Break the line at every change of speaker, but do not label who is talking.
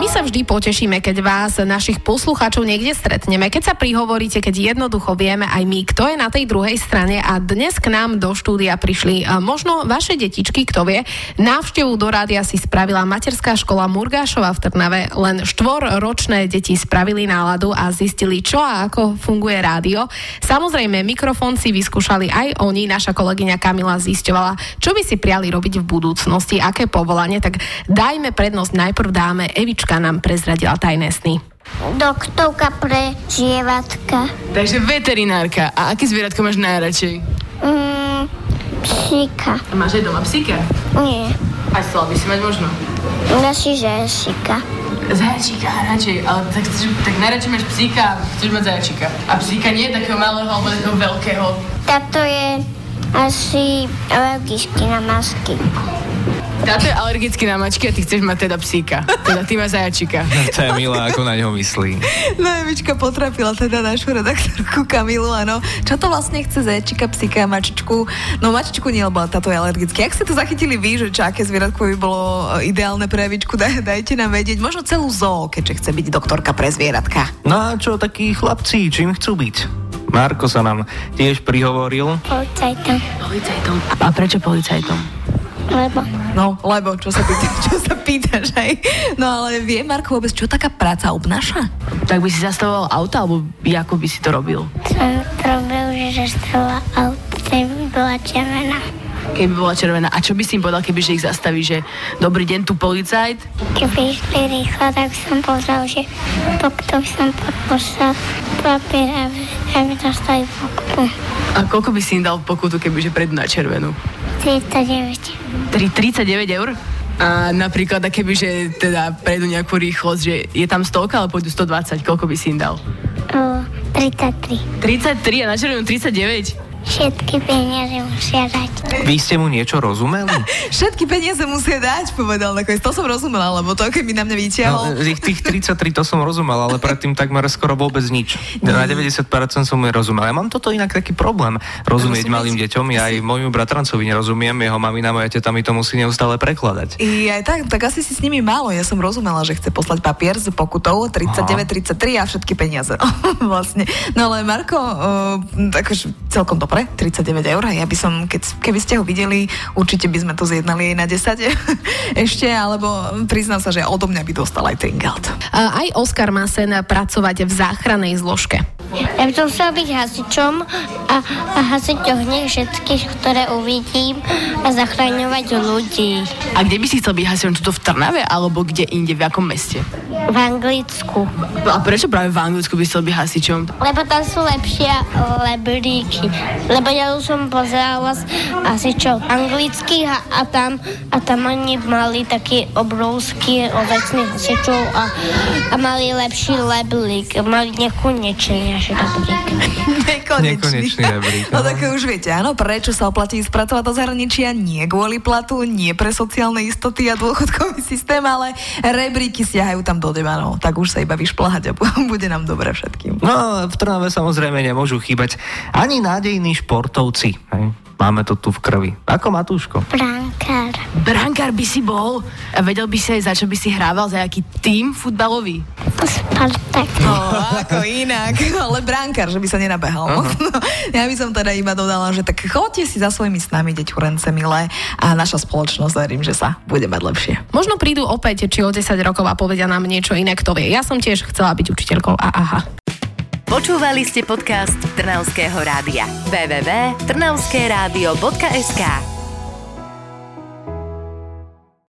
My sa vždy potešíme, keď vás, našich poslucháčov, niekde stretneme, keď sa prihovoríte, keď jednoducho vieme aj my, kto je na tej druhej strane a dnes k nám do štúdia prišli a možno vaše detičky, kto vie. Návštevu do rádia si spravila materská škola Murgášova v Trnave. Len štvorročné deti spravili náladu a zistili, čo a ako funguje rádio. Samozrejme, mikrofón si vyskúšali aj oni. Naša kolegyňa Kamila zisťovala, čo by si priali robiť v budúcnosti, aké povolanie. Tak dajme prednosť najprv dáme Evička nám prezradila tajné sny.
Doktorka pre živatka.
Takže veterinárka. A aké zvieratko máš najradšej?
Mm, psíka.
Máš aj doma psíka?
Nie,
Aj chcela by si mať možno.
naši žesika.
Zajčíka radšej, ale tak, chceš, tak najradšej máš psíka a chceš mať zajčíka. A psíka nie takého malého alebo takého veľkého.
Tato je asi alergický na masky.
Táto je alergický na mačky a ty chceš mať teda psíka. Teda ty máš zajačíka.
To je milá, ako na ňo myslí.
No Evička potrapila teda našu redaktorku Kamilu, áno. Čo to vlastne chce zajčika, psíka, mačičku? No mačičku nie, lebo táto je alergický. Ak ste to zachytili vy, že čo, aké zvieratko by bolo e, ideálne pre Evičku, daj, dajte nám vedieť. Možno celú zoo, keďže chce byť doktorka pre zvieratka.
No a čo takí chlapci, čím chcú byť? Marko sa nám tiež prihovoril.
Policajta.
Policajtom. A prečo policajtom?
Lebo
No, lebo, čo sa, pýta, čo sa pýtaš aj. No ale vie Marko vôbec, čo taká práca obnáša?
Tak by si zastavoval auta, alebo ako by si to robil?
som robil, že zastavila auto, tak by bola červená.
Keby bola červená. A čo by si im povedal, keby že ich zastaví, že dobrý deň, tu policajt?
Keby išli rýchlo, tak som pozrel, že doktor som podpísal papier, aby, aby dostali pokutu.
A koľko by si im dal pokutu, keby že prejdú na červenú?
39.
Tri- 39 eur? A napríklad, a keby, že teda prejdú nejakú rýchlosť, že je tam stovka, ale pôjdu 120, koľko by si im dal?
O, 33.
33 a na červenú 39?
Všetky peniaze musia dať.
Vy ste mu niečo rozumeli?
Všetky peniaze musia dať, povedal nakoniec. To som rozumela, lebo to, keby na mňa vyťahol...
No, z ich tých 33 to som rozumel, ale predtým takmer skoro vôbec nič. Na 90% som mu nerozumel. Ja mám toto inak taký problém rozumieť
Rozumieť.
malým deťom. Ja aj môjmu bratrancovi nerozumiem, jeho mamina, moja teta mi to musí neustále prekladať.
I aj tak, tak asi si s nimi málo. Ja som rozumela, že chce poslať papier s pokutou 39, 33 a všetky peniaze. vlastne. No ale Marko, uh, akože celkom dobre, 39 eur. Ja by som, keď, keby ste ho videli, určite by sme to zjednali aj na 10 ešte, alebo priznám sa, že odo mňa by dostal aj tringelt.
E, Aj Oskar má sen pracovať v záchrannej zložke.
Ja by som chcel byť hasičom a, a hasiť ohne všetkých, ktoré uvidím a zachraňovať ľudí
A kde by si chcel byť hasičom? Tuto v Trnave alebo kde inde, v akom meste?
v Anglicku.
A prečo práve v Anglicku by chcel byť hasičom?
Lebo tam sú lepšie lebríky. Lebo ja už som pozerala s- asi čo anglických a, a, tam, a tam oni mali taký obrovský ovečný hasičov a, a mali lepší leblík. Mali nekonečný až leblík.
Nekonečný rebrík,
No
áno.
tak už viete, áno, prečo sa oplatí ísť pracovať do zahraničia? Nie kvôli platu, nie pre sociálne istoty a dôchodkový systém, ale rebríky siahajú tam do demanov. Tak už sa iba vyšplhať a bu- bude nám dobre všetkým.
No ale v Trnave samozrejme nemôžu chýbať ani nádejní športovci. hej. Máme to tu v krvi. Ako Matúško.
Brankár.
Brankár by si bol a vedel by si aj, za čo by si hrával, za aký tým futbalový.
Spartak.
No, ako inak, ale bránkar, že by sa nenabehal. No, ja by som teda iba dodala, že tak chodte si za svojimi snami, deťurence milé, a naša spoločnosť, verím, že sa bude mať lepšie.
Možno prídu opäť či o 10 rokov a povedia nám niečo iné, kto vie. Ja som tiež chcela byť učiteľkou a aha.
Počúvali ste podcast Trnavského rádia. www.trnavskeradio.sk